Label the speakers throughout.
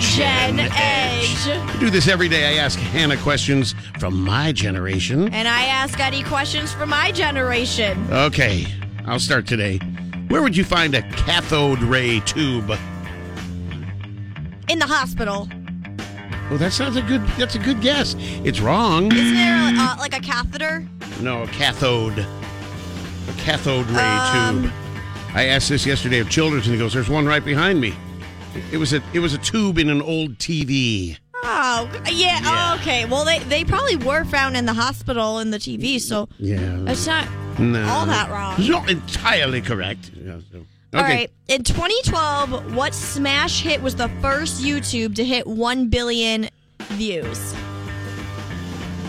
Speaker 1: Gen Edge.
Speaker 2: I do this every day. I ask Hannah questions from my generation.
Speaker 1: And I ask any questions for my generation.
Speaker 2: Okay, I'll start today. Where would you find a cathode ray tube?
Speaker 1: In the hospital.
Speaker 2: Well, Oh, that sounds a good. That's a good guess. It's wrong.
Speaker 1: Isn't there uh, like a catheter?
Speaker 2: No, a cathode. A cathode ray
Speaker 1: Um.
Speaker 2: tube. I asked this yesterday of Childers, and he goes, "There's one right behind me." It was a it was a tube in an old TV.
Speaker 1: Oh, yeah.
Speaker 2: Yeah.
Speaker 1: Oh, okay. Well, they, they probably were found in the hospital in the TV, so
Speaker 2: Yeah,
Speaker 1: it's not.
Speaker 2: no,
Speaker 1: all that wrong.
Speaker 2: Not entirely correct. Yeah, so- Okay.
Speaker 1: All right. In 2012, what smash hit was the first YouTube to hit 1 billion views?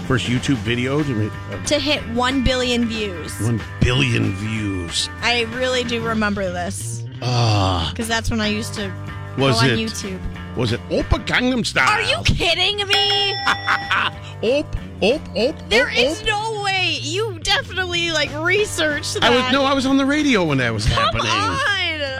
Speaker 2: First YouTube video to make, uh,
Speaker 1: To hit 1 billion views.
Speaker 2: one billion views.
Speaker 1: I really do remember this
Speaker 2: Ah,
Speaker 1: because that's when I used to
Speaker 2: Was
Speaker 1: go on
Speaker 2: it-
Speaker 1: YouTube.
Speaker 2: was it Opa Gangnam Style? Ah,
Speaker 1: Are you kidding me?
Speaker 2: Op, op, op.
Speaker 1: There
Speaker 2: op,
Speaker 1: is
Speaker 2: op.
Speaker 1: no way. You definitely like researched that.
Speaker 2: I was no, I was on the radio when that was
Speaker 1: Come
Speaker 2: happening. I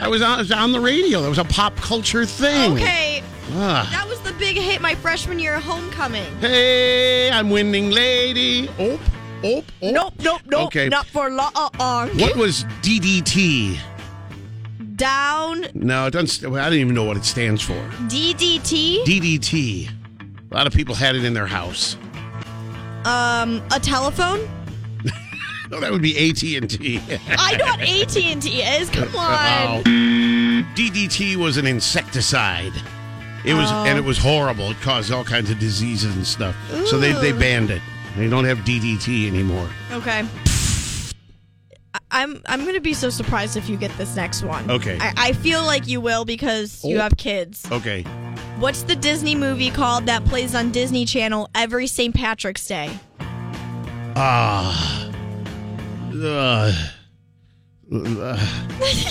Speaker 1: on.
Speaker 2: was on, I was on the radio. That was a pop culture thing.
Speaker 1: Okay,
Speaker 2: Ah.
Speaker 1: that was the big hit my freshman year, homecoming.
Speaker 2: Hey, I'm winning, lady. Op, op, op.
Speaker 1: Nope, nope, nope.
Speaker 2: Okay.
Speaker 1: Not for uh, long.
Speaker 2: What was DDT?
Speaker 1: Down
Speaker 2: No, it doesn't. st- well, I don't even know what it stands for.
Speaker 1: DDT.
Speaker 2: DDT. A lot of people had it in their house.
Speaker 1: Um, a telephone.
Speaker 2: No, that would be AT and T.
Speaker 1: I know what AT and T is. Come on.
Speaker 2: DDT was an insecticide. It was, and it was horrible. It caused all kinds of diseases and stuff. So they they
Speaker 1: Ooh.
Speaker 2: banned it. They don't have DDT anymore.
Speaker 1: Okay. I- I'm I'm gonna be so surprised if you get this next one.
Speaker 2: Okay.
Speaker 1: I, I feel like you will because you
Speaker 2: Oh.
Speaker 1: have kids.
Speaker 2: Okay.
Speaker 1: What's the Disney movie called that plays on Disney Channel every St. Patrick's Day?
Speaker 2: Ah. Ugh. Ugh.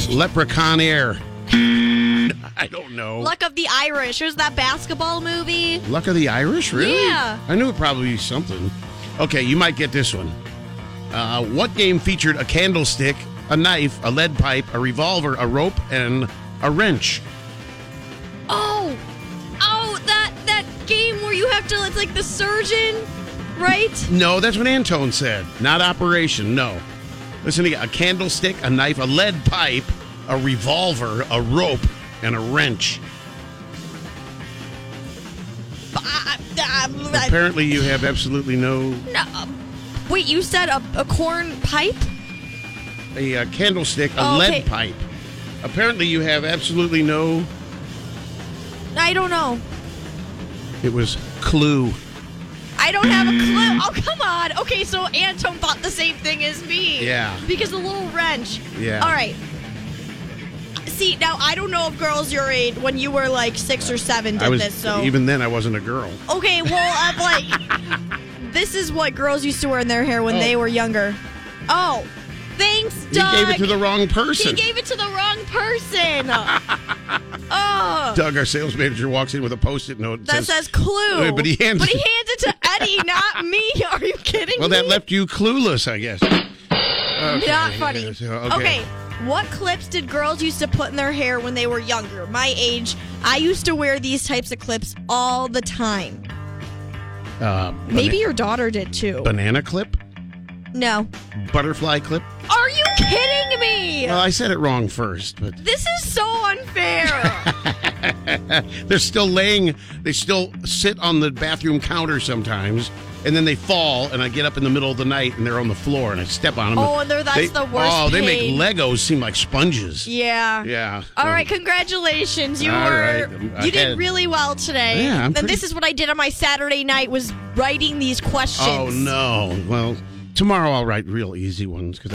Speaker 2: Leprechaun Air. I don't know.
Speaker 1: Luck of the Irish. There's that basketball movie.
Speaker 2: Luck of the Irish, really?
Speaker 1: Yeah.
Speaker 2: I knew it probably be something. Okay, you might get this one. Uh, what game featured a candlestick, a knife, a lead pipe, a revolver, a rope, and a wrench?
Speaker 1: Oh, oh, that that game where you have to. It's like the surgeon, right?
Speaker 2: No, that's what Antone said. Not operation. No. Listen again. A candlestick, a knife, a lead pipe, a revolver, a rope, and a wrench.
Speaker 1: But I- I- I-
Speaker 2: Apparently, you have absolutely no
Speaker 1: uh, no. uh, Wait, you said a, a corn pipe?
Speaker 2: a, uh candlestick, a
Speaker 1: Oh, okay.
Speaker 2: lead pipe. Apparently, you have absolutely no.
Speaker 1: I don't know.
Speaker 2: It was clue.
Speaker 1: I don't have a clue. Oh, come on. Okay, so Anton thought the same thing as me.
Speaker 2: Yeah.
Speaker 1: Because the little wrench.
Speaker 2: Yeah.
Speaker 1: All right. See, now I don't know if girls your age, when you were like six or seven, did
Speaker 2: I was
Speaker 1: this. So
Speaker 2: even then I wasn't a girl.
Speaker 1: okay, well, I'm like, this is what girls used to wear in their hair when
Speaker 2: Oh. they
Speaker 1: they were younger. Oh, thanks, Doug.
Speaker 2: He gave it to the wrong
Speaker 1: He
Speaker 2: person.
Speaker 1: gave it to the wrong person. oh,
Speaker 2: Doug, our sales manager, walks in with a post-it note.
Speaker 1: that says clue.
Speaker 2: Wait, but he hands
Speaker 1: But he
Speaker 2: it-
Speaker 1: hands it to Eddie, not me. Are you kidding
Speaker 2: "Well,
Speaker 1: me?
Speaker 2: that left you clueless, I guess." Okay,
Speaker 1: Not funny.
Speaker 2: yes,
Speaker 1: Okay. What clips did girls used to put in their hair when they were younger? My age, I used to wear these types of clips all the time.
Speaker 2: Uh,
Speaker 1: Maybe your daughter did too.
Speaker 2: bana- banana clip,
Speaker 1: no.
Speaker 2: butterfly clip.
Speaker 1: Are you kidding me?
Speaker 2: Well, I said it wrong first, but
Speaker 1: this is so unfair.
Speaker 2: they're still laying. They still sit on the bathroom counter sometimes, and then they fall. And I get up in the middle of the night, and they're on the floor, and I step on them.
Speaker 1: Oh, and they're- that's
Speaker 2: They-
Speaker 1: the worst
Speaker 2: Oh, they
Speaker 1: pain.
Speaker 2: make Legos seem like sponges.
Speaker 1: yeah.
Speaker 2: Yeah.
Speaker 1: All
Speaker 2: so-
Speaker 1: right, congratulations. You
Speaker 2: All
Speaker 1: were
Speaker 2: right,
Speaker 1: you
Speaker 2: ahead.
Speaker 1: did really well today.
Speaker 2: Yeah, I'm
Speaker 1: and
Speaker 2: pretty-
Speaker 1: this is what I did on my Saturday night was writing these questions.
Speaker 2: Oh no. Well, tomorrow I'll write real easy ones because.